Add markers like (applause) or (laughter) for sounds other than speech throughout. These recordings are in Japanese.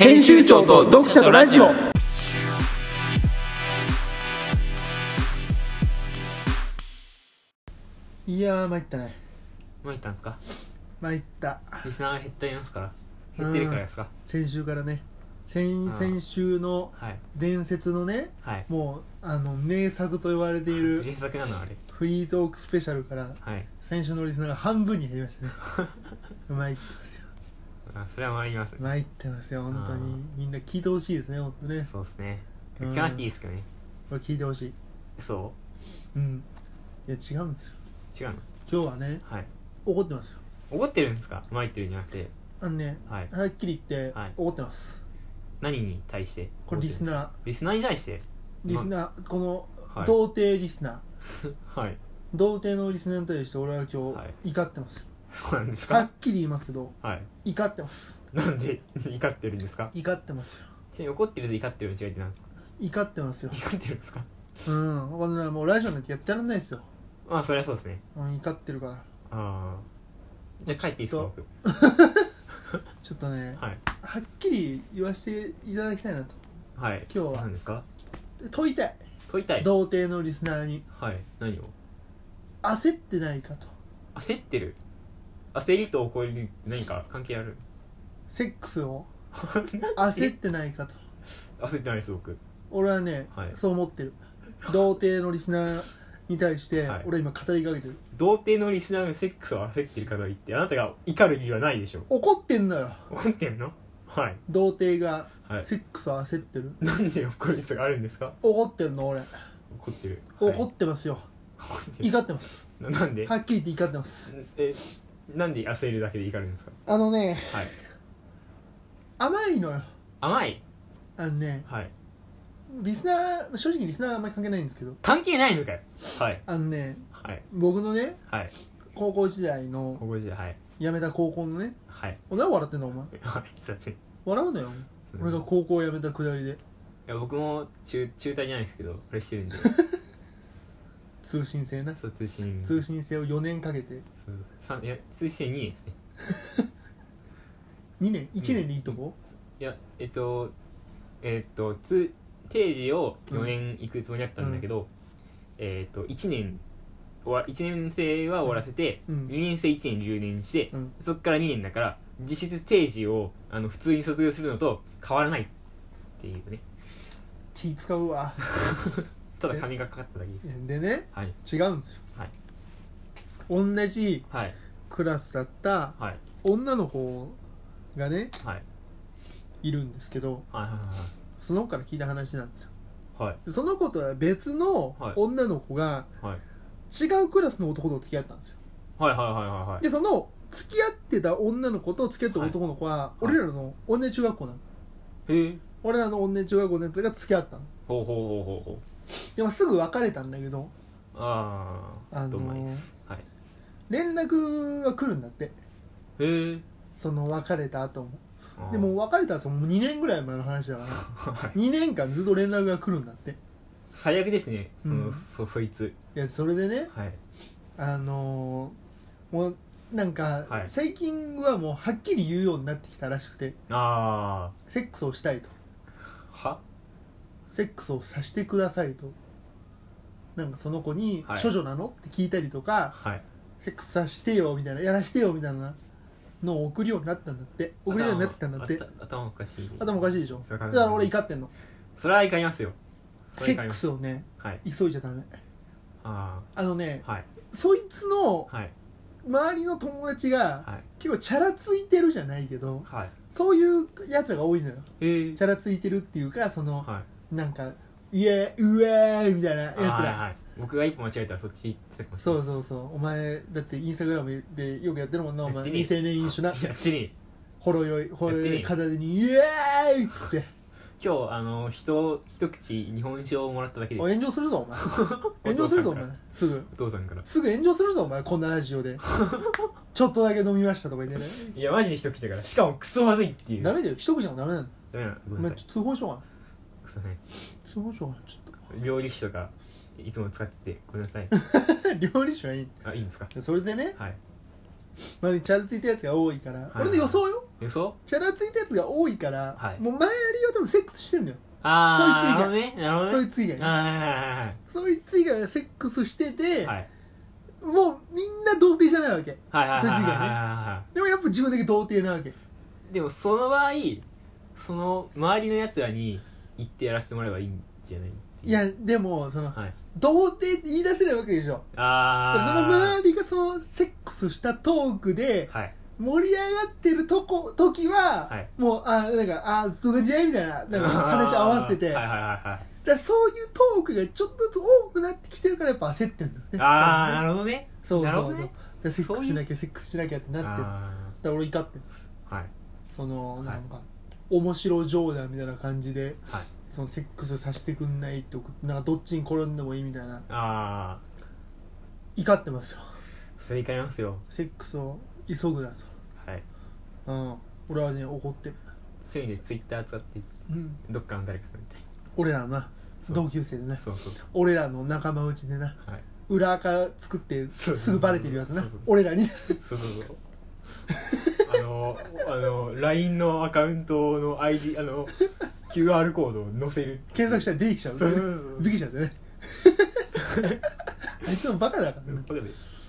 編集長と読者とラジオいやー参ったね参ったんですか参ったリスナーが減っていますから減ってるからですか先週からね先ん先週のはい伝説のねはいもうあの名作と言われている原作なのあれフリートークスペシャルからはい先週のリスナーが半分に減りましたね (laughs) 参ってますよあそれは参ります参ってますよ本当うにみんな聞いてほしいですね本当ねそうですねうん聞かなくていいですけどねこれ聞いてほしいそうんいや違うんですよう違うの今日はねはい怒ってますよ怒ってるんですか参ってるんじゃなくてあのねはいはっきり言ってはい怒ってます何に対してこれリスーナーリスナーに対してリスナーこのはい童貞リスナーはい童貞のリスナーに対して俺は今はい日怒ってますよ、そうなんですはかっきり言いますけどはい怒ってますなんで (laughs) 怒ってるんですか怒ってますよちなみに怒ってると怒ってるの違いって何ですか怒ってますよ怒ってるんですかうんこんなもうラジオなんてやってらんないですよ、まあそれはそうですねうん、怒ってるからああじゃあ帰っていいですか僕ちょっとねはいはっきり言わせていただきたいなとはい今日は何ですか問いたい、問いたい童貞のリスナーにはい何を焦ってないかと焦ってる焦りと怒り何か関係あるセックス (laughs) を焦ってないかと焦ってないです僕俺はね、はいそう思ってる童貞のリスナーに対してはい俺今語りかけてる童貞のリスナーのセックスを焦ってるかといってあなたが怒る理由はないでしょ怒ってんのよ怒ってんのはい童貞がはいセックスを焦ってる、なんで怒る率があるんですか怒ってるの俺、怒ってる、はい、怒ってますよ怒ってる怒ってます (laughs) ななんではっきり言って怒ってますえなんで焦るだけで怒るんですかあのねはい甘いのよ甘いあのねはいリスナー正直リスナーはあんまり関係ないんですけど関係ないのかよはいあのねはい僕のねはい高校時代の高校時代はい辞めた高校のねはいお前笑ってんのお前はいすいません笑うのよ俺がい高校辞めたくだりでや僕も中中退じゃないですけどこれしてるんで通信制なそう通信通信制を4年かけてそう三いや通信2年ですね2年1年でいいとこ、いやえっとえっとつ定時を4年行くつもりだったんだけど、えっと1年終わ1年生は終わらせて、う二ん2年生1年留年して、うんそっから2年だから実質定時をあの普通に卒業するのと変わらないっていうね気使うわただ金がかかっただけですでねはい違うんですよ、はい同じはいクラスだったはい女の子がねはいいるんですけどはいその子から聞いた話なんですよはいでその子とは別のはい女の子がはい違うクラスの男と付き合ったんですよはいはいはいはいはいでその付き合ってた女の子と付き合った男の子ははい俺らの同じ中学校なのへえ俺らの同じ中学校のやつが付き合ったのほうほうほうほうほでもすぐ別れたんだけどうあああのどうもいいーはい連絡が来るんだってへえその別れた後もあーでも別れた後も2年ぐらい前の話だからはい2年間ずっと連絡が来るんだって最悪ですねその、うんそそいついやそれでねはいあのーもうなんか、はい最近はもうはっきり言うようになってきたらしくてあセックスをしたいとあはセックスをさせてくださいとなんかその子に「はい処女なの?」って聞いたりとかはい「セックスさしてよ」みたいな「やらしてよ」みたいなのを送るようになったんだって送るようになってきたんだって頭頭おかしい頭おかしいでしょそだれはから俺怒ってんのそれは怒りますよそセれは怒ッりまクすスをねはい急いじゃダメああのねあはいそいつのはい周りの友達がはい結構チャラついてるじゃないけどはいそういうやつらが多いのよええチャラついてるっていうかそのはいなんか「イエーイうえーイ!」みたいなやつあーはいらはい僕が一歩間違えたらそっち行ってたかもしれそなういそうそうお前だってインスタグラムでよくやってるもんなお前やってねえ未成年飲酒 (laughs) な (laughs) やってねほろ酔いほろやって酔ねえいよ片手に「イエーイ!」っつって今日あの人一口日本酒をもらっただけでおお炎上するぞお (laughs) 前炎上するぞお前すぐ父さんからすぐ炎上するぞお前こんなラジオ (laughs) でちょっとだけ飲みましたとか言ってねいやマジで一口だからしかもクソまずいっていうダメメだよ一口もダメなんだダメなのごおめん前なさちょっと通報しようかないクソね通報しようかなちょっと料理酒とかいつも使っててごめんな (laughs) さい料理酒はいいあいいんですかそれでねはいまあチャルついたやつが多いから、い俺の予想よ予想チャラついたやつが多いから、はいもう周りは多分セックスしてんだよ、あそいあなるほどねなるほそいどねつ以外ねあそいつ以外はセックスしてて、ーはいもうみんな童貞じゃないわけはいはいはいはいはいそいつ以外ねはでもやっぱ自分だけ童貞なわけいでもその場合その周りのやつらに行ってやらせてもらえばいいんじゃないいやでもその、はい童貞って言い出せないわけでしょだからそのああ周りがそのセックスしたトークではい盛り上がってるとこ時は、はいもうあなんかあそこじゃいみたいななんか話合わせて (laughs) はいはいはいはだいからそういうトークがちょっとずつ多くなってきてるからやっぱ焦ってんだよねああなるほどねそうそうなるそほうどねでセックスしなきゃセックスしなきゃってなってだかあら俺怒ってんーはいそのなんか、面白冗談みたいな感じではいそのセックスさせてくんないって送ってなんかどっちに転んでもいいみたいなああ怒ってますよそれいかりますよセックスを急ぐなとはいうん俺はね怒ってるそういう意味でツイッター使ってうんどっかの誰かとみたい俺らのなそう同級生でななそうそうそう俺らの仲間内でなはい裏垢作ってそうすぐバレてるやつなそうそう俺らにそうそうそうあのあの LINE のアカウントの ID あの QR コードを載せる検索したら出てきちゃうそうそうそうびきちゃう (laughs) ねあいつもバカだからね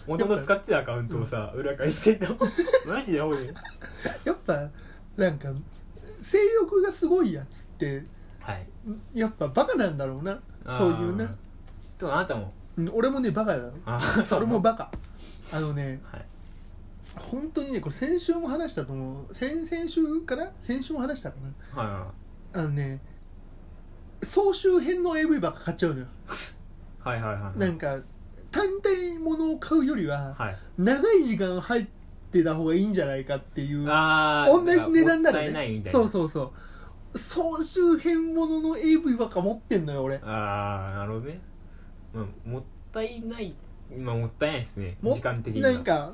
もともと使ってたアカウントをさ裏返してんのマジでほいやっぱなんか性欲がすごいやつってはいやっぱバカなんだろうなそういうねでもあなたもうん俺もねバカだよあーそう俺もバカあのねはい本当にねこれ先週も話したと思う先先週かな先週も話したかなはいはあのね総集編の AV ばっか買っちゃうのよいはいはいなんか単体ものを買うよりははい長い時間入ってた方がいいんじゃないかっていうあ同じ値段なららもったいないみねたいなそうそうそう総集編ものの AV ばっか持ってんのよ俺ああなるほどね、まあ、もったいないまあもったいないですねも時間的にはなんか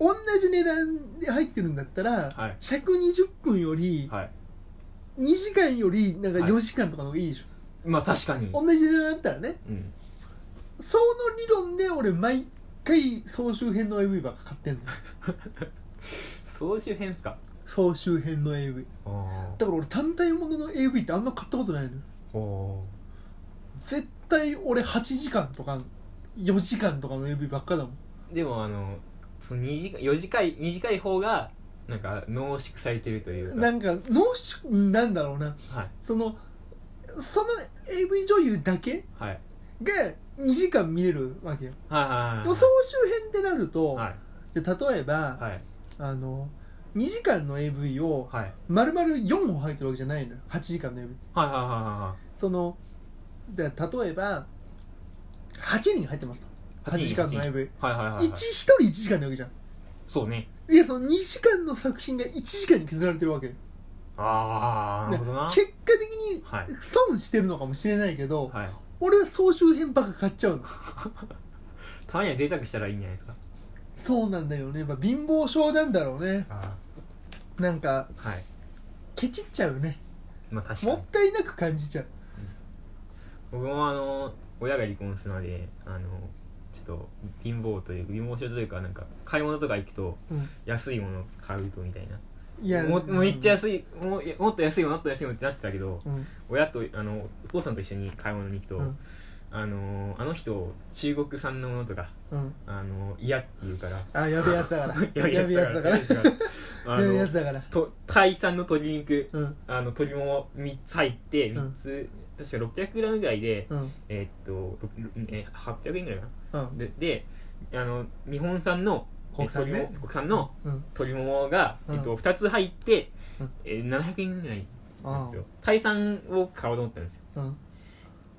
同じ値段で入ってるんだったら、はい120分より、はい2時間よりなんかはい4時間とかの方がいいでしまあ確かにょ、同じ値段だったらねうん、その理論で俺毎回総集編の AV ばっか買ってんの (laughs) よ総集編っすか総集編の AV おーだから俺単体ものの AV ってあんま買ったことないのよお絶対俺8時間とか4時間とかの AV ばっかだもんーでもあのその2時間4時間短い方がなんか濃縮されてるというかなんか脳縮なんだろうなはいそのその AV 女優だけはいが2時間見れるわけよはいはいはいでも総集編ってなると、はいじゃあ例えば、はいあの2時間の AV をはいはい丸々4本入ってるわけじゃないのよ8時間の AV はいはいはそので例えば8人入ってますと8時間の AV いはいはいはいはいはい1人1時間なわけじゃんそうねいやその2時間の作品が1時間に削られてるわけよああなるほどなで結果的にはい損してるのかもしれないけど、はい俺は総集編ばっか買っちゃうのたまには贅沢したらいいんじゃないですかそうなんだよねやっぱ貧乏症なんだろうねあなんかーはいケチっちゃうねまあ確かもにったいなく感じちゃう僕もあの親が離婚したのであのちょっと貧乏という貧乏症というかなんか買い物とか行くとうん安いもの買うとみたいないやももうめっちゃ安いもういやもっと安いものもっと安いものってなってたけどうん親とあのお父さんと一緒に買い物に行くと、うんあのあの人中国産のものとかうんあの嫌って言うから (laughs) あやべえやつ (laughs) だからやべえやつだからややべえやつだからあべえやのつだからとタイ産の鶏肉うんあの鶏も3つ入ってうん3つ、確か 600g ぐらいで、うんえーっとろろえー800円ぐらいかなうんでであの日本産の国産ねえー鶏も国産のうん鶏ももが、うんえっと、2つ入って、うんえー700円ぐらいなんですうよタイ産を買おうと思ったんですよん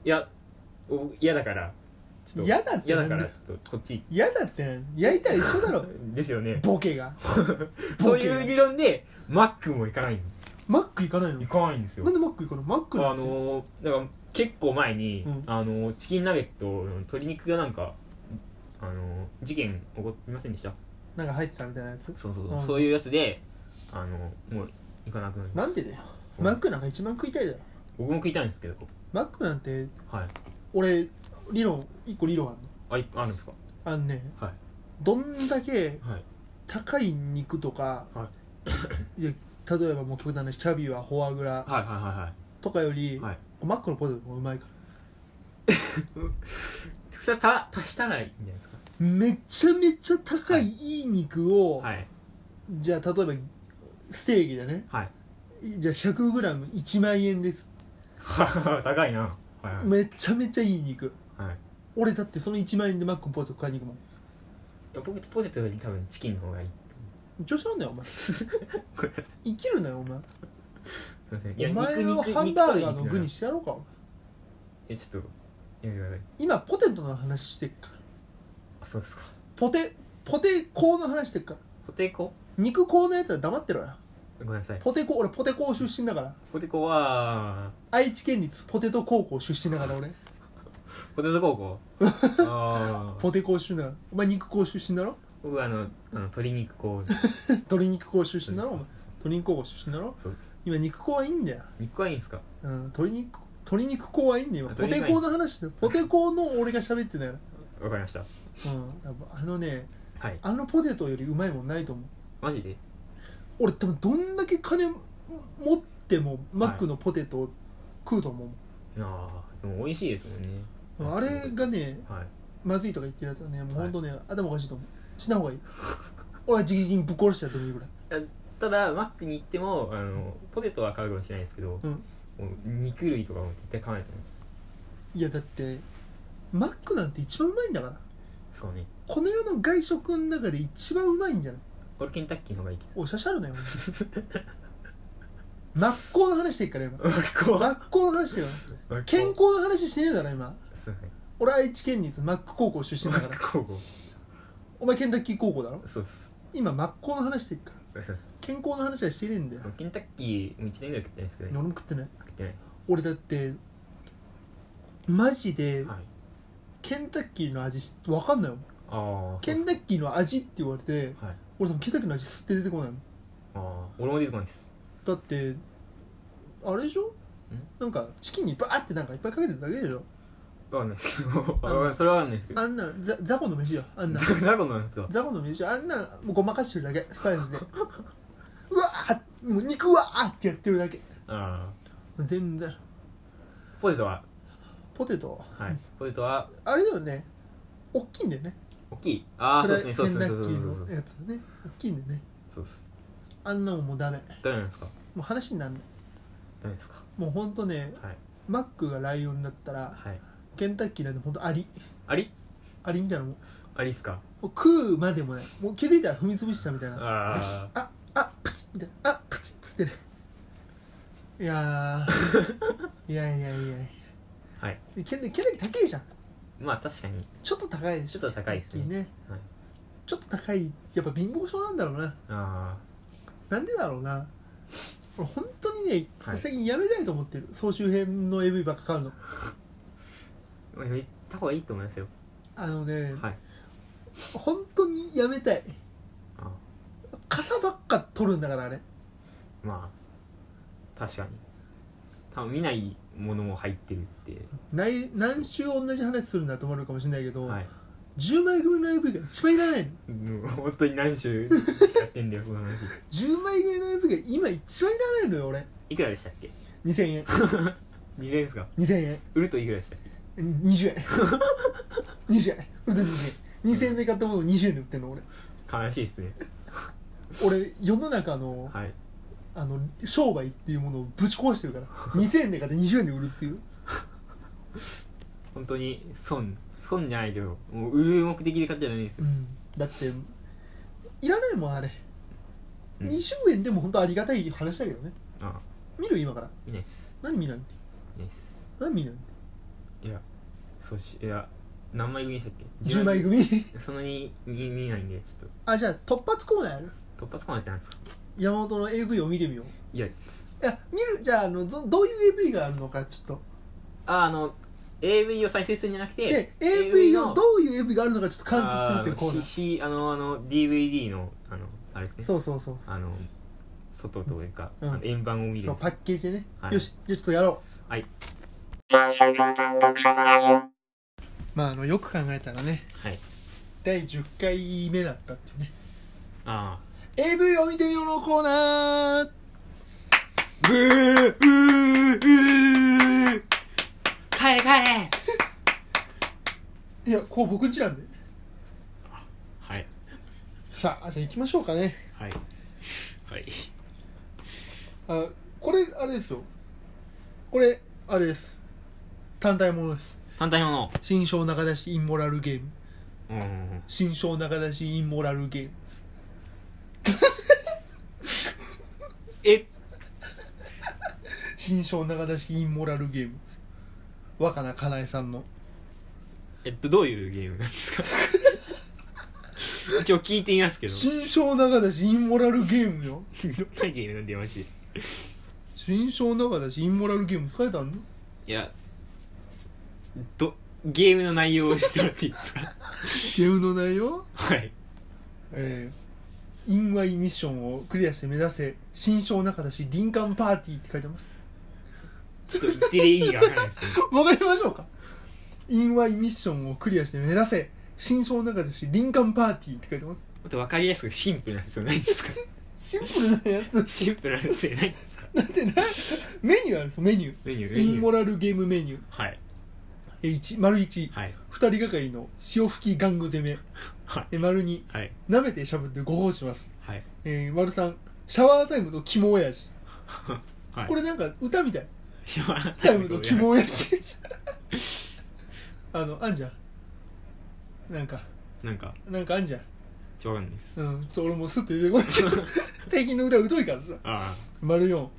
いやお嫌だからち嫌だって嫌なだんからだちょっとこっち嫌だってなん焼いたら一緒だ (laughs) ろですよねボケ (laughs) がそういう理論でマックも行かないマック行かないの行かないんですよなんでマック行かないマックなあんてのーだから結構前に、うんあのーチキンナゲットの鶏肉がなんかあのー事件起こりませんでしたなんか入ってたみたいなやつそうそうそうう、んそういうやつであのーもう行かなくなりましたなんでだよマックなんか一番食いたいだろ僕も食いたいんですけどマックなんてはい俺理論一個理論あんのあいあるんですかあのねはいどんだけはい高い肉とか、はいや例えばもう極端な話キャビはフォアグラはいはいはいはいとかより、はいマックのポテトもうまいから2つ足足したらいいんじゃないですかめちゃめちゃ高はいいいい肉を、はいじゃあ例えばステーキだねはい (laughs) じゃあ 100g1 万円です高いなはいはいめちゃめちゃいい肉はい俺だってその1万円でマックのポテト買いに行くもいや僕ポテトより多分チキンの方 (laughs) がいいん調子乗んなよお前ごめんなさい生きるなよお前すいませんいお前をハンバーガーの具にしてやろうかお前えちょっとやめてください今ポテトの話してっからあそうですかポテポテコの話してっからポテコ肉コのやつは黙ってろよごめんなさいポテコ俺ポテコ出身だからポテコは愛知県立ポテト高校出身だから俺ポテト (laughs) 高校ああポテコ出身だからお前肉校出身だろ (laughs) 僕はあのあの鶏肉こう鶏肉校出身だろお前鶏肉校出身だろそうです今肉校はいいんだよ、肉はいいんですかうん、鶏肉鶏肉校はいいんだよあポテコの話だよポテコの俺が喋ってないのわかりましたうんやっぱあのねはいあのポテトよりうまいもんないと思うマジで俺多分どんだけ金持ってもマックのポテトを食うと思う、ああでも美味しいですもんねあれがねはいまずいとか言ってるやつはねもうほんとね、頭おかしいと思うしない方がいい (laughs) 俺は直々にぶっ殺してやってもいいぐらいただマックに行ってもあのポテトは買うかもしれないですけど、うんもう肉類とかも絶対買わないと思いますいやだってマックなんて一番うまいんだからそうねこの世の外食の中で一番うまいんじゃない俺ケンタッキーの方がいいけおしゃしゃるなよ (laughs) 真っ向の話してっから今 (laughs) 真どっ向の話してよ健康の話してねえだろ今すいません俺愛知県立マック高校出身だから高校お前ケンタッキー高校だろそうっす今真っ向の話してっからごめんなさい健康の話はしてねえんだよケンタッキーもう1年ぐらい食ってないですけど、俺も食ってない食ってない俺だってマジではいケンタッキーの味しわかんないよああケンタッキーの味って言われてはい俺多分ケンタッキーの味吸って出てこないもんああ俺も出てこないですだってあれでしょなんかチキンにバーってなんかいっぱいかけてるだけでしょわかんないですけどあそれはわかんないですけどあんなザザコの飯よあんななことなんですかザコの飯よあんなもうごまかしてるだけスパイスで (laughs) うわーもう肉わーってやってるだけあ全然あポテトはポテトはいポテトはあれだよね大きいんだよね大きいああフそうラですイねケンそうタッですねそうでキすねーそのやつねうですね大きいんだよねそうですあんなもんもうダメ誰なんですかもう話になんない誰ですかもうほんとねはいマックがライオンだったらはいケンタッキーなんてほんとアリありアリみたいなもんもありっすかう食うまでもないもう気づいたら踏み潰したみたいなあああプチみたいなあプチっつってねいや (laughs) ーいやいやいやあはいでケンタケンタッキー高いじゃんまあ確かにちょっと高いでしちょょっと高いですねケンタッキーねはいちょっと高いやっぱ貧乏症なんだろうなあなんでだろうな俺本当にね、はい最近やめたいと思ってる総集編の AV ばっか買うのあまあ言った方がいいと思いますよあのね、はい本当にやめたいあ傘ばっか取るんだからあれあまあ確かに多分見ないものも入ってるってない何週同じ話するんだと思われるかもしれないけど、はい10枚組の AV が一番いらないのうん本当に何週やってんだよこの話10枚組の AV が今一番いらないのよ俺いくらでしたっけ2000円 (laughs) 2 0円ですか2000円売るといくらでしたっけ20円20円俺だって20円2000円で買ったものを20円で売ってんの俺悲しいですね俺世の中のはいあの商売っていうものをぶち壊してるから2000円で買って20円で売るっていう本当に損損じゃないけどもう売る目的で買っちゃダメですうよ、んだっていらないもんあれ、うん20円でも本当ありがたい話だけどねああ見る今から見ないっす何見ないんだよ見ないっす何見ないんだよいやそうしいや何枚組でしたっけ10枚組そんなに見見ないんでちょっあじゃあ突発コーナーやると突発コーナーじゃないですか山本の AV を見てみよういやですいや見るじゃああのどどういう AV があるのかちょっとああの AV を再生するんじゃなくてで AV をどういう AV があるのかちょっと観察するっていうコーナあのー C- C- あのあの DVD のあのあれですねそうそうそうあの外というか、うんあの円盤を見るそうパッケージでね、はいよしじゃあちょっとやろうはいまああのよく考えたらねはい第10回目だったっていうねあ AV を見てみようのコーナーブーブーブー帰れ帰れいやこう僕んちなんではいさあじゃあ行きましょうかねはいはいあこれあれですよこれあれです単体ものです反対の新章中出しインモラルゲームうん新章中出しインモラルゲームえ新章中出しインモラルゲームです若菜かなえさんのえっとどういうゲームなんですか (laughs) 一応聞いてみますけど新章中出しインモラルゲームよ (laughs) どんなゲームなんてマジで新章中出しインモラルゲーム書いてあんのいやどゲームの内容をしてもらっていいで (laughs) すかゲームの内容はいえー、インワイミッションをクリアして目指せ新章中出し林間パーティーって書いてますちょっと言ってる意味がわかんないですけどわかりましょうかインワイミッションをクリアして目指せ新章中出し林間パーティーって書いてますもっとわかりやすくシンプルなやつないんですかシンプルなやつシンプルなやつないんですかだってなメニューあるんですよメニュメニューーメイニンュモーラルゲームメニューはいえー1丸12はい人がかりの潮吹き玩具攻めはいえー丸2はい舐めてしゃぶってご奉しますはいえー丸3シャワータイムとキモ親父はいこれなんか歌みたい知らないタイムとキモ親父あのあんじゃんなんか (laughs) なんかなんかあんじゃんちょわかんないですうん、ちょっと俺もスッと出てこない (laughs) けど最近の歌疎いからさあ丸4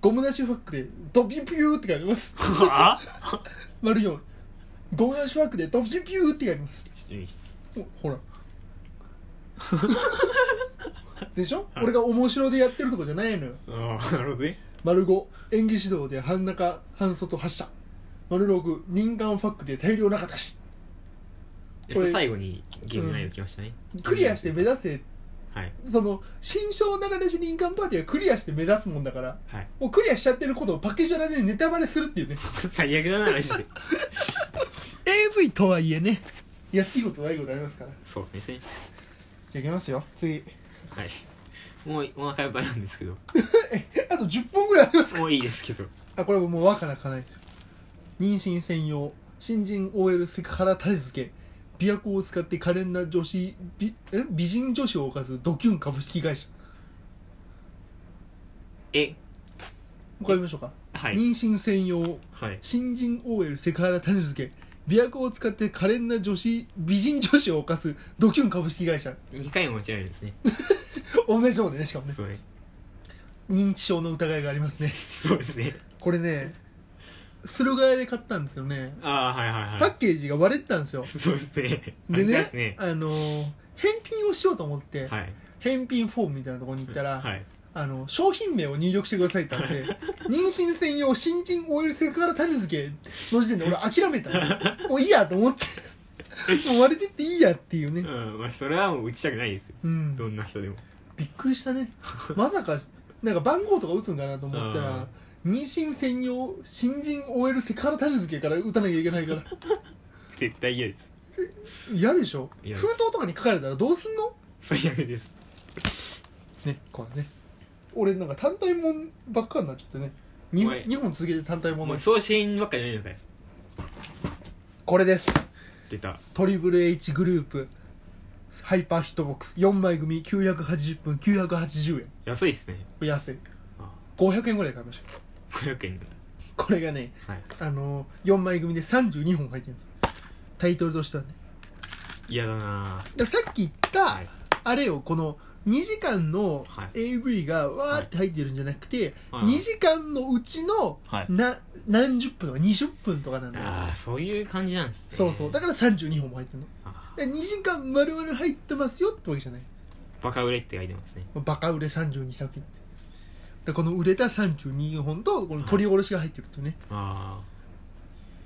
ゴムなしファックでドピュピューって書いてますああ (laughs) 丸4ゴムなしファックでドピュピューって書いてますおほら (laughs) でしょ俺が面白でやってるとこじゃないのよああなるほどね丸5演技指導で半中半外発射丸6人間ファックで大量中出しやっと最後にゲーム内容きましたねクリアして目指せはいその新章流れし人間パーティーはクリアして目指すもんだからはい (laughs) もうクリアしちゃってることをパッケージ裏でネタバレするっていうね最悪だなマジで AV とはいえね安いこと悪いことありますからそうですねじゃあいきますよ次はいもうお腹いっぱいなんですけどえあと10本ぐらいありますもういいですけどあこれはもう若なかないですよ妊娠専用新人 OL セクハラ立て付け琵琶湖を使って可憐な女子美え美人女子を犯すドキュン株式会社えもう一回見ましょうか、はい妊娠専用はい新人 OL セクハラ種付け琵琶湖を使って可憐な女子美人女子を犯すドキュン株式会社2回も間違えるんですね同じようでねしかもねそうね認知症の疑いがありますね (laughs) そうですねこれね駿河屋で買ったんですけどねああはいはいパはッケージが割れてたんですよいそうですねでありまねすねあのー返品をしようと思って、はい返品フォームみたいなところに行ったら、はいあの商品名を入力してくださいってあ (laughs) って妊娠専用新人 OL セクハラ種付けの時点で俺諦めたのもういいやと思 (laughs) ってもう割れてっていいやっていうねうんまあそれはもう打ちたくないですようんどんな人でもびっくりした (laughs) ねまさかなんか番号とか打つんかなと思ったら妊娠専用新人 OL セクハラ種付けから打たなきゃいけ (laughs) ないから絶対嫌です嫌でしょ嫌封筒とかに書かれたらどうすんの最悪ですねこれね俺なんか単体もんばっかになっちゃってね 2, おい二本続けて単体もんもなうんです送信ばっかじゃないのかよこれです出たトリブル H グループハイパーヒットボックス4枚組980分980円こ安いですねれ安いあ500円ぐらいで買いました500円だっこれがねたはいあの4枚組で32本入ってるんですタイトルとしてはね嫌だなだからさっき言った、はいあれをこの2時間のはい AV がわーって入ってるんじゃなくて、はいはい2時間のうちのはいな何十分とか20分とかなんだよああそういう感じなんですねそうそうだから32本も入ってるのあで2時間丸々入ってますよってわけじゃないーバカ売れって書いてますねバカ売れ32作品でこの売れた32本とこの取り下ろしが入ってるとね、あ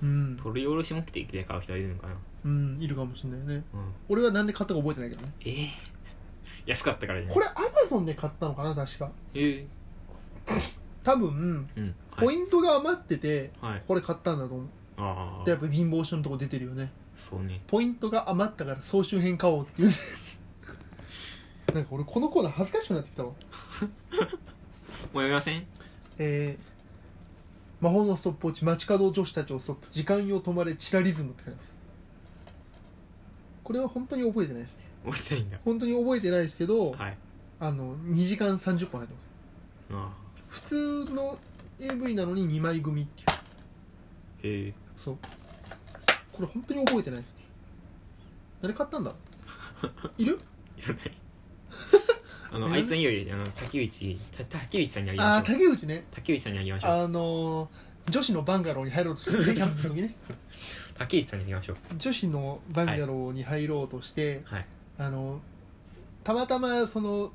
うんあ、取り下ろし目的で買う人はいるのかなうん、いるかもしれないねうん俺はなんで買ったか覚えてないけどねえー、安かったからじゃないこれアマゾンで買ったのかな確かえ多分ー、うんはいポイントが余っててはいこれ買ったんだと思うああでやっぱ貧乏症のとこ出てるよねそうねポイントが余ったから総集編買おうっていうね (laughs) なんか俺このコーナー恥ずかしくなってきたわもうやめませんえー魔法のストップウォッチ街角女子たちをストップ時間よ止まれチラリズムって書いてますこれは本当に覚えてないですね覚えてないんだ本当に覚えてないですけど、はいあの2時間30分入ってますあ普通の AV なのに2枚組っていうーへえそうこれ本当に覚えてないですね誰買ったんだろ (laughs) ういる (laughs) いらない。あえの、あいつにより、あの、竹内、た竹内さんにあげああましょう。竹内ね竹内さんにあげましょう。あのー女子のバンガローに入ろうとして (laughs) るキャンプの時ね竹内さんにあげましょう。女子のバンガローに入ろうとして、はい。あのーたまたまその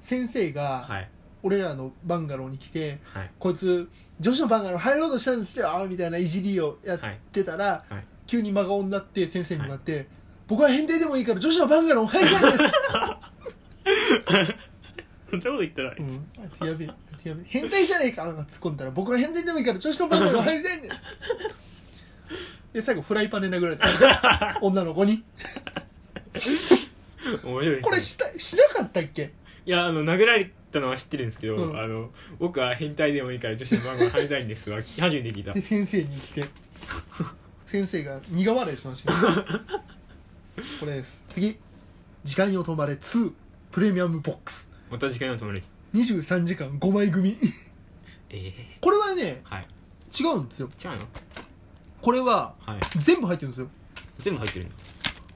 先生がはい。俺らのバンガローに来て、はいこいつ女子のバンガロー入ろうとしたんですよみたいないじりをやっ (laughs) はい。てたら、はい急に真顔になって先生にもなって、僕は変態でもいいから女子のバンガロー入りたいんです、そんなこと言ったらう、ん、あいつやべえあいつやべえ変態じゃねえか突っ込んだら僕は変態でもいいから女子のバンガロー入りたいんですで最後フライパンで殴られた女の子に面白いですねこれしたしなかったっけいや、あの、殴られたのは知ってるんですけど、うんあの、僕は変態でもいいから女子の番号入りたいんですわ。初めて聞いたで。先生に言って先生が苦笑いしてましたけどこれです次「時間よ止まれ2プレミアムボックスまた時間を止める。」 23時間5枚組ええこれはねはい。違うんですよ違うのこれははい。全部入ってるんですよ全部入ってるんだ。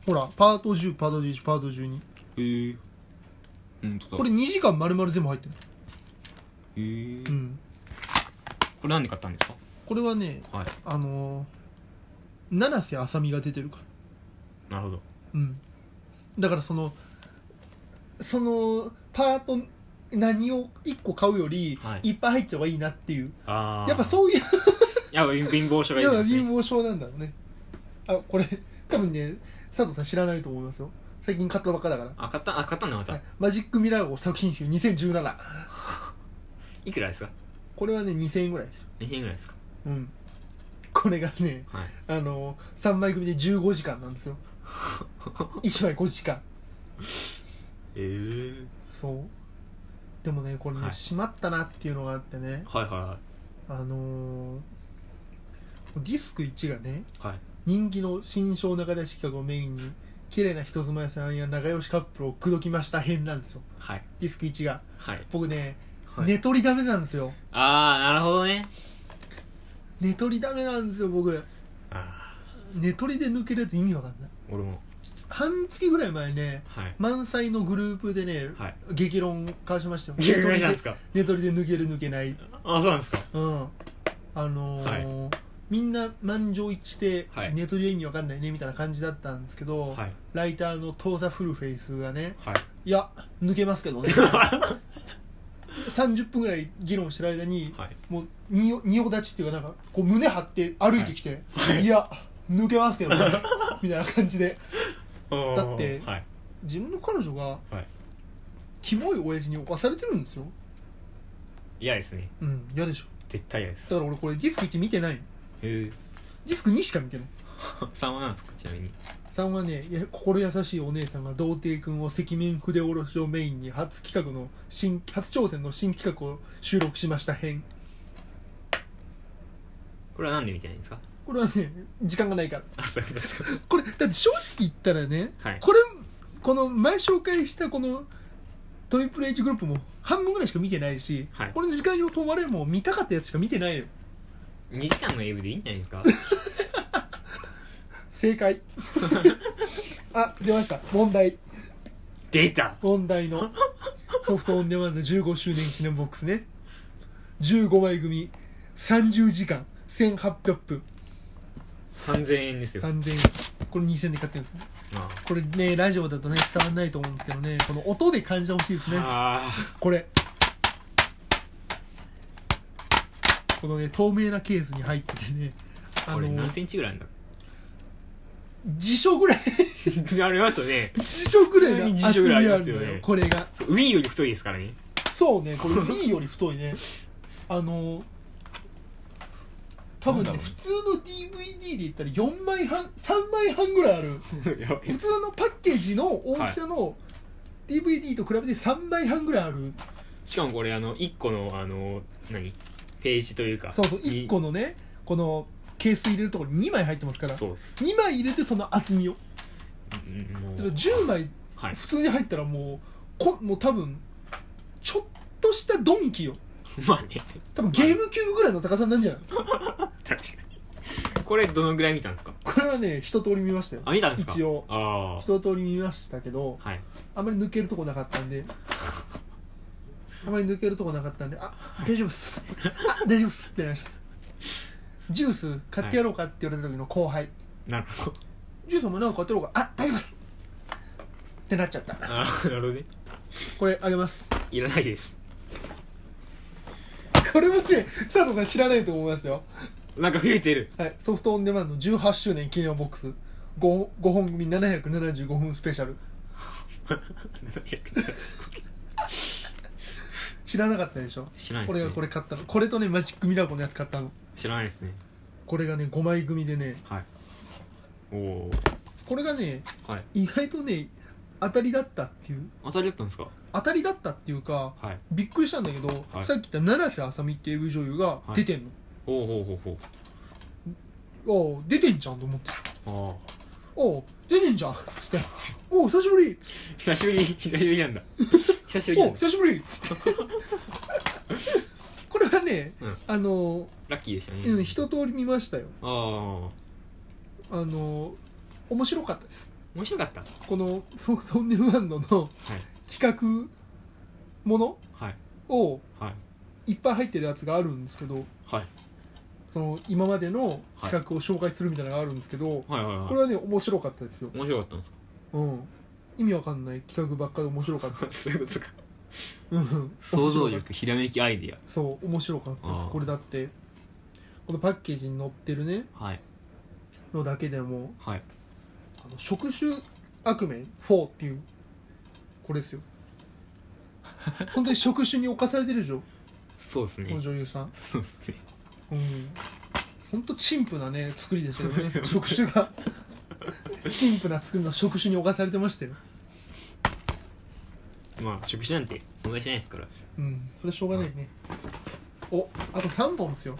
ほらパート10パート11パート12へえ。本当だこれ2時間丸々全部入ってるへえう。んこれなんで買ったんですかこれはねはい。あのー、七瀬あさみが出てるからなるほど。うんだからそのそのパート何を1個買うより、はいい、っぱい入った方がいいなっていうああ。やっぱそういうやっぱ貧乏症がいやるっんぱです貧ね。乏症なんだろうねあこれ多分ね佐藤さん知らないと思いますよ最近買ったばっかだから、あ、買った、あ、買ったんだ、まはたい。、マジックミラー号作品集2017いくらですかこれはね2000円ぐらいですよ ?2 円ぐらいですかうんこれがねはい。あの3枚組で15時間なんです (laughs) よ1枚5時間ええそうでもねこれね、はいしまったなっていうのがあってねはいはあのーディスク1がねいはい。はい。人気の新章中出し企画をメインに綺麗な人妻さんや仲良しカップルを口説きました編なんですよはい。ディスク1がはい。僕ね、はい寝取りダメなんですよああ、なるほどね。寝取りダメなんですよ僕あ寝取りで抜けるやつ意味わかんないあ、俺も。半月ぐらい前ねはい。満載のグループでね、はい。激論交わしましたよゲームりなんでですか寝取りで抜ける抜けないああ、そうなんですかうんあのーみんな満場一致ではい寝取りは意味わかんないねみたいな感じだったんですけど、はい。ライターの遠ざフルフェイスがねはい。いや抜けますけ (laughs) どね30分ぐらい議論してる間に、はい。もうにお仁王立ちっていうかなんかこう胸張って歩いてきて、い、や抜けますけど (laughs) ねみたいな感じでだってはい。自分の彼女が、はいキモい親父に侵されてるんですよ嫌ですね。うん嫌でしょ絶対嫌です。だから俺これディスク1見てないのへ (laughs) え。ディスク2しか見てない3はなんですかちなみに。 3はねいや心優しいお姉さんが童貞君を赤面筆下ろしをメインに初企画の新初挑戦の新企画を収録しました編これはなんで見てないんですかこれはね時間がないからあ、そういうことですか。これだって正直言ったらねはい。これこの前紹介したこのトリプル H グループも半分ぐらいしか見てないし、はいこの時間を止まれも見たかったやつしか見てないよ2時間の AV でいいんじゃないですか正 (laughs) 解あ出ました問題出た問題のソフトオンデマンド15周年記念ボックスね15枚組30時間1800分 !3000 円ですよ。あ3000円これ2000で買ってるんですねあこれねラジオだとね伝わんないと思うんですけどねこの音で感じてほしいですねあこれこのね透明なケースに入っててねあ。あこれの何センチぐらいなんだ辞書ぐらい (laughs) ありますよね。辞書ぐら普通いにの辞厚書みぐあらいるありまのすよねよこれが Wii より太いですからね。そうねこれ B より太いね (laughs) あの多分ねなんだろう普通の DVD で言ったら4枚半3枚半ぐらいあるやばい普通のパッケージの大きさの DVD と比べて3倍半ぐらいあるしかもこれあの1個のあの何ページというかそうそうい1個のねこのケース入れるところに2枚入ってますからそうっす、 2枚入れてその厚みをうんもだからう10枚はい (laughs) 普通に入ったらもうこもう多分ちょっとしたドンキよまあね多分ゲームキューブぐらいの高さなんじゃない確かにこれどのぐらい見たんですかこれはね一通り見ましたよあ見たんですか一応あ一通り見ましたけどあはいあまり抜けるとこなかったんであまり抜けるとこなかったんであ大丈夫っすあ大丈夫っすってなりましたジュース買ってやろうかって言われた時の後輩、なるほどジュースも何か買ってやろうかあ大丈夫っすってなっちゃったああなるほどねこれあげますいらないですこれもね佐藤さん知らないと思いますよなんか増えてる (laughs) はい、ソフトオンデマンド18周年記念ボックス 5, 5本組775分スペシャル知らなかったでしょ知らないこです、ね、れがこれ買ったのこれとねマジックミラコのやつ買ったの知らないですねこれがね5枚組でねはいおおこれがねはい意外とね当たりだったっていう当たりだったんですか当たりだったっていうかはいびっくりしたんだけど、はいさっき言った七瀬あさみっていう女優が出てんの、ほうほうほうほうああ出てんじゃんと思ってあああ出てんじゃんっつって「おお久しぶり!あ久しぶり久しぶり (laughs) なんだ久しぶ」りおおなんだ久しぶり!」っつ (laughs) ってこれはね、うんあのーラッキーでしたねうん、一通り見ましたよああ面あの面白かったです白かったはこのソフトオンデマンドのい企画ものはいをはいいっぱい入ってるやつがあるんですけどはいその今までの企画を紹介するみたいなのがあるんですけど、はいはいこれははね面白かったですよ、い面白かったんですかうん、意味わかんない企画ばっかり面白かった (laughs) そういうことかうん想像面白かっ力ひらめきアイディたそう面白かったであすーこれだってこのパッケージに載ってるねアはいのだけでもはい「あの触手悪名4」っていうこれですよ本当に触手に侵されてるでしょそうですこのね女優さんそうですねうん本当陳腐なね作りでしたよ (laughs) ね触手が陳腐な作りの触手に侵されてましたよまあ職種なんて存在しないですからうんそれしょうがないねおあと3本ですよ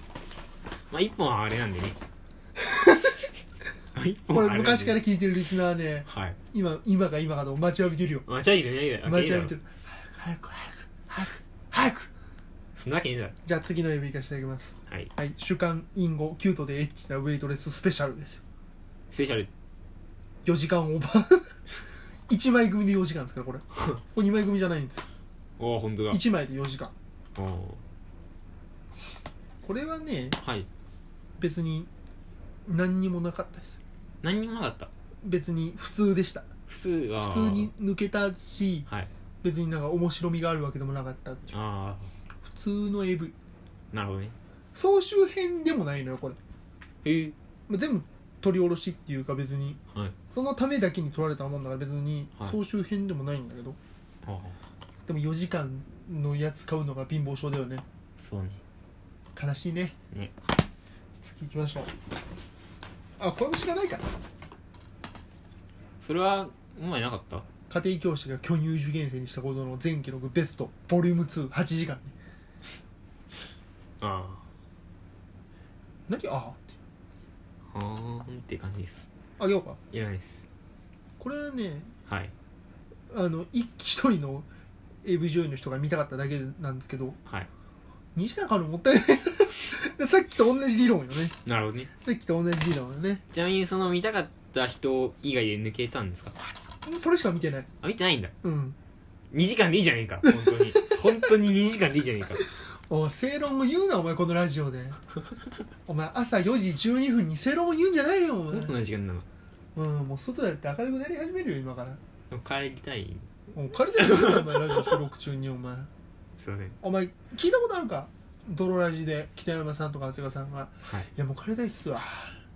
まあ一本はあれなんで (laughs) ね一本こはあれなんで昔から聞いてるリスナーねはい今今が今がと待ちわびてるよ待ち上げてないだろ待ちわびてる早く早く早く早く早くそんなわけねえだろじゃあ次の指いかしていただきますはいはい、主観インゴキュートでエッチなウェイトレススペシャルですよスペシャル4時間オーバ (laughs) ー1枚組で4時間ですからこ (laughs) れこれ2枚組じゃないんですよおお本当だ1枚で4時間おおこれはねはい別に何にもなかったです何にもなかった別に普通でした普通は普通に抜けたしはい別になんか面白みがあるわけでもなかったっていうあ普通の AV あなるほどね総集編でもないのよこれへえまあ全部取り下ろしっていうか別にはいそのためだけに取られたもんだから別にはい総集編でもないんだけど、ああでも4時間のやつ買うのが貧乏症だよねそうね悲しいねね次行きましょうあこれも知らないかなそれはうまいなかった家庭教師が巨乳受験生にしたことの全記録ベストボリューム28時間ねあ何ああってあはーんって感じですあげようかいらないですこれはねはいあの一一人の AV 女優の人が見たかっただけなんですけどはい2時間かかるのもったいない (laughs) でさっきと同じ理論よねなるほどねさっきと同じ理論よねちなみにその見たかった人以外で抜けたんですかそれしか見てないあ見てないんだうん2時間でいいじゃねえか本当 (laughs) に本当に2時間でいいじゃねえかおい正論を言うなお前このラジオで (laughs) お前朝4時12分に正論を言うんじゃないよおも前うそんな時間なのうんもう外だって明るくなり始めるよ今からでも帰りたいもう借りてるよお前ラジオ収録中にお前すいませんお前聞いたことあるか泥ラジで北山さんとか長谷川さんが「はいいやもう借りたいっすわ」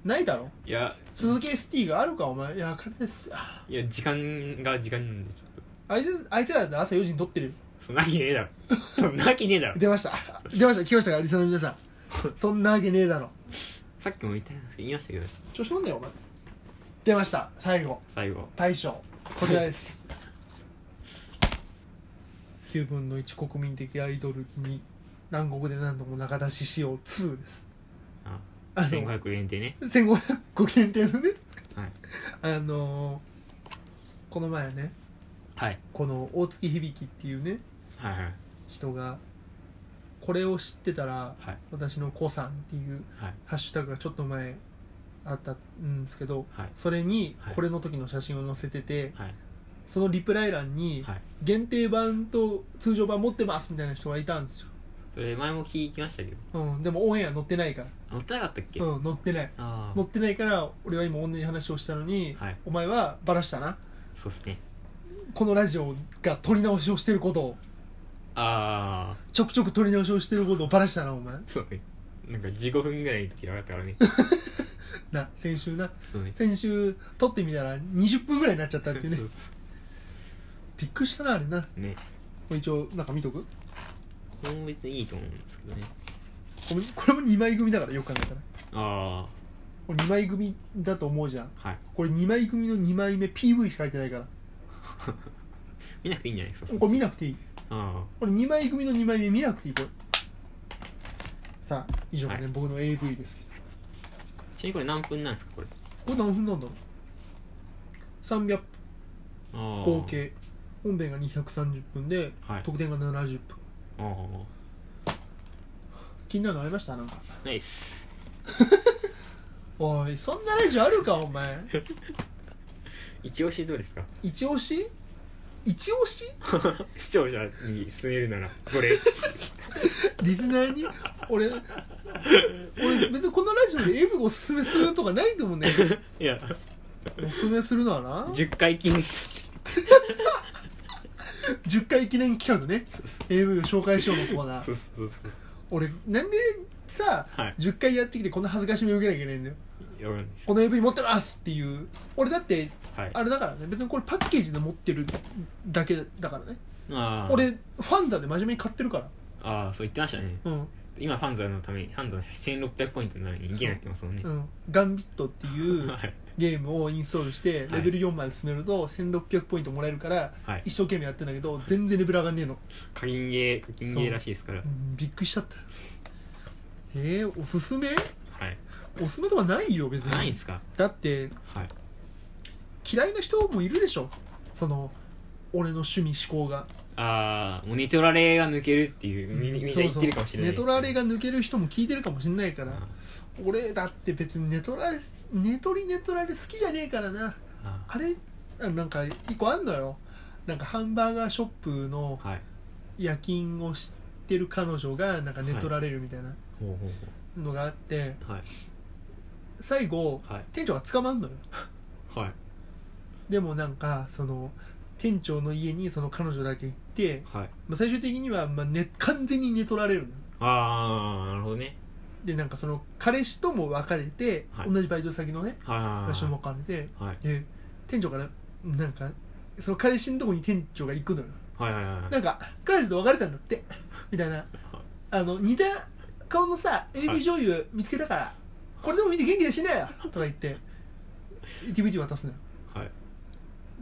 ないだろいや鈴木 ST があるかお前いや借りたいっすわいや時間が時間なんでちょっと相手相手らだって朝4時に撮ってるよそんなわけね (laughs) えだろそんなわけねえだろ出ました (laughs) 出ました来ましたからリスナーの皆さ (laughs) んそんなわけねえだろさっきも言ったんですけど言いましたけど調子乗んなよお前出ました最後最後大賞こちらです9分の1国民的アイドルに南国で何度も中出ししよう2ですああの1500円でね1500個限定のね、はいあのーこの前ねはいこの大月響っていうねはいはい人がこれを知ってたら、はい私の子さんっていうはいハッシュタグがちょっと前あったんですけど、はいそれにはいこれの時の写真を載せてて、はいそのリプライ欄にはい限定版と通常版持ってますみたいな人がいたんですよ、それ前も聞きましたけどうん、でもオンエア載ってないか乗ってなかったっけ、ら、うん、載ってないあ載ってないから俺は今同じ話をしたのに、あはいお前はバラしたなそうっすねこのラジオが撮り直しをしてることをああちょくちょく撮り直しをしてることをバラしたなお前そうねなんか15分ぐらいの時分かったか (laughs) らねな先週なそうね先週撮ってみたら20分ぐらいになっちゃったっていうねびっくりしたなあれなねこれ一応なんか見とくこれも別にいいと思うんですけどねこれこれも2枚組だからよく考えたらあこれ2枚組だと思うじゃんあはいこれ2枚組の2枚目 PV しか入ってないから見なくていいんじゃないですかこれ見なくていいあこれ2枚組の2枚目見なくていいこれさあ以上がね、はい僕の AV ですけあちなみにこれ何分なんですかこれどこれ何分なんだろう300あー合計本編が230分で、はい得点が70分ああ気になるのありましたなんかナイスおいそんなラジオあるかお前一押しどうですか一押し一押し (laughs) (laughs) 視聴者に勧めるならこれリスナーに俺俺別にこのラジオでエブがおすすめするとかないと (laughs) 思うんだけどいやおすすめするのはな10回禁10回記念企画ね AV を紹介しようのコーナそーうそうそう俺なんでさ、はい10回やってきてこんな恥ずかしみを受けなきゃいけないんだよいやわかんないですこの AV 持ってますっていう俺だってはいあれだからね別にこれパッケージで持ってるだけだからねあー俺ファンザで真面目に買ってるかああそう言ってましたねらうん今ファンザのためにファンザの1600ポイントなのにいけなってますもんねうんガンビットって (laughs) いうはいゲームをインストールしてはいレベル4まで進めると1600ポイントもらえるからはい一生懸命やってんだけど全然レベル上がんねえの課金ゲー課金ゲーらしいですからうんびっくりしちゃったえー、おすすめはいおすすめとかないよ別にないんすかだってはい嫌いな人もいるでしょその俺の趣味思考がああもうネトラレが抜けるっていうみみんな言ってるかもしれないそうそうネトラレが抜ける人も聞いてるかもしれないからあ俺だって別にネトラレネトリネトラレ好きじゃねえからなああれあなんか一個あんのよなんかハンバーガーショップのーはい夜勤をしてる彼女がなんか寝取られるみたいなほうほうのがあってほうはい最後はい店長が捕まんのよはいでもなんかその店長の家にその彼女だけ行って、はいまあ、最終的にはまあ、ね、完全に寝取られるのよああなるほどねでなんかその彼氏とも別れて、はい同じバイト先のねは場所いも別れてはいで店長からなんかその彼氏のとこに店長が行くのよはいはいはいなんか彼氏と別れたんだってみたいなあの似た顔のさ AV 女優見つけたから、これでも見て元気でしなよとか言って DVD 渡すのよはい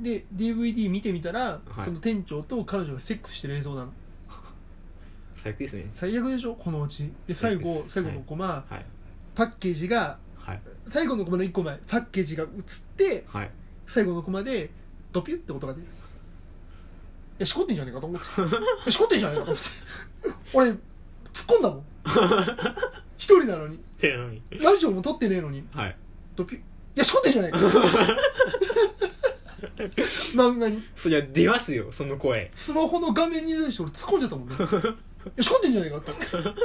で DVD 見てみたら、はいその店長と彼女がセックスしてる映像なの最悪ですね最悪でしょこのうちで最後最最悪後ですのコマ、はいパッケージがはい最後のコマの1個前パッケージが映ってはい最後のコマでドピュって音が出るいやしこってんじゃねえかと思っていやしこってんじゃねえかと思って俺突っ込んだもん一人なのにてなのにラジオも撮ってねえのにはいドピュいやしこってんじゃねえか漫画にそりゃ出ますよその声スマホの画面に対して俺突っ込んじゃったもんねいやしこってんじゃねえかって思って、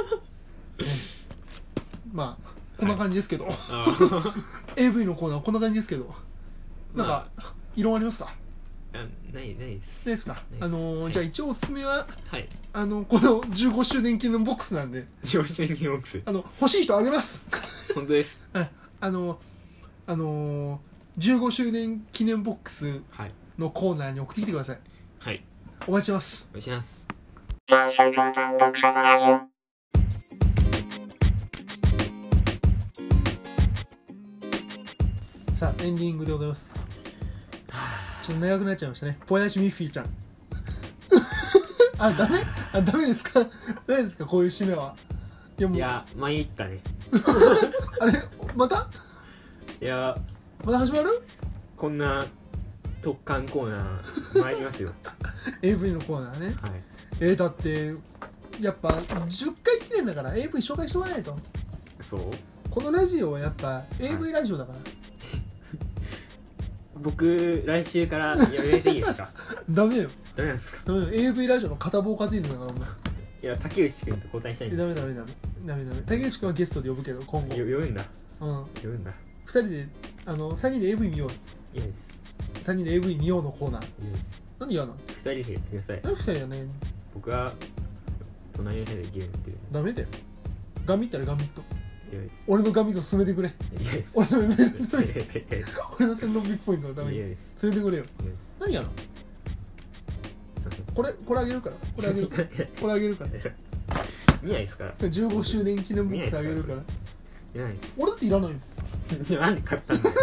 ねまあこんな感じですけど、あー AV のコーナーはこんな感じですけどなんか、異論ありますか (laughs) あないないですないですかいですあのーはいじゃあ一応おすすめははいあのこの15周年記念ボックスなんで上司のゲームボックスあの欲しい人あげます (laughs) 本当ですはいあのあのー、15周年記念ボックスはいのコーナーに送ってきてくださいはいお待ちしてますお願いしますさあエンディングでございますちょっと長くなっちゃいましたねポヤシミッフィーちゃん (laughs) あダメあダメですか (laughs) ダメですかこういう締めはいやもいうや参ったねあれまたいやまた始まるこんな特貫コーナー参りますよ AV のコーナーねはいえー、だってやっぱ10回記念だから AV 紹介しておかないとそうこのラジオはやっぱ AV ラジオだから、僕来週からやめていいですかダメよダメなんですかダメよ AV ラジオの片棒担いでんだからお前いや竹内くんと交代したいんえですダメダメダメダメダメ竹内君はゲストで呼ぶけど今後、うよん、読むんだ2読むんだ人であの3人で AV 見よういいです3人で AV 見ようのコーナーいいです何嫌なの二人でやってください何2人やね僕は隣の部屋でゲームやってるダメだよガミったらガミットいやで俺のガミット進めてくれすいやです俺のメールいやいやいやいや俺の専門ビッポイントのためいにやです進めてくれよいやです何やなのすいませんこれこれあげるからこれあげる (laughs) からこれあげるから見ないですから15周年記念ボックスあげるから見ないです俺だっていらないよじゃあなんで買ったんだよ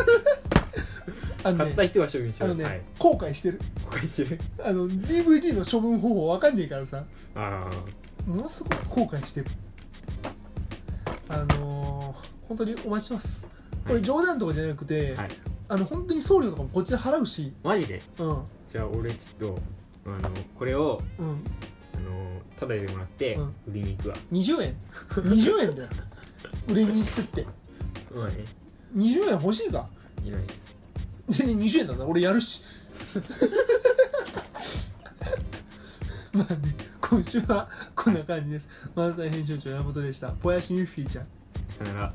あの買ったね人は処分しあよのうね、はい後悔してる公開してるあの DVD の処分方法わかんねえからさああものすごく後悔してるあのー、本当にお待ちしますこれ冗談とかじゃなくて、はいあの本当に送料とかもこっちで払うしマジでうんうんじゃあ俺ちょっとあのこれをあのただでもらってうん売りに行くわ20円20円だよ売れに行くってまあね20円欲しいかいないです全然20円だな俺やるし (laughs) まあね今週はこんな感じです漫才編集長山本でしたぽやしみフィーちゃんさよなら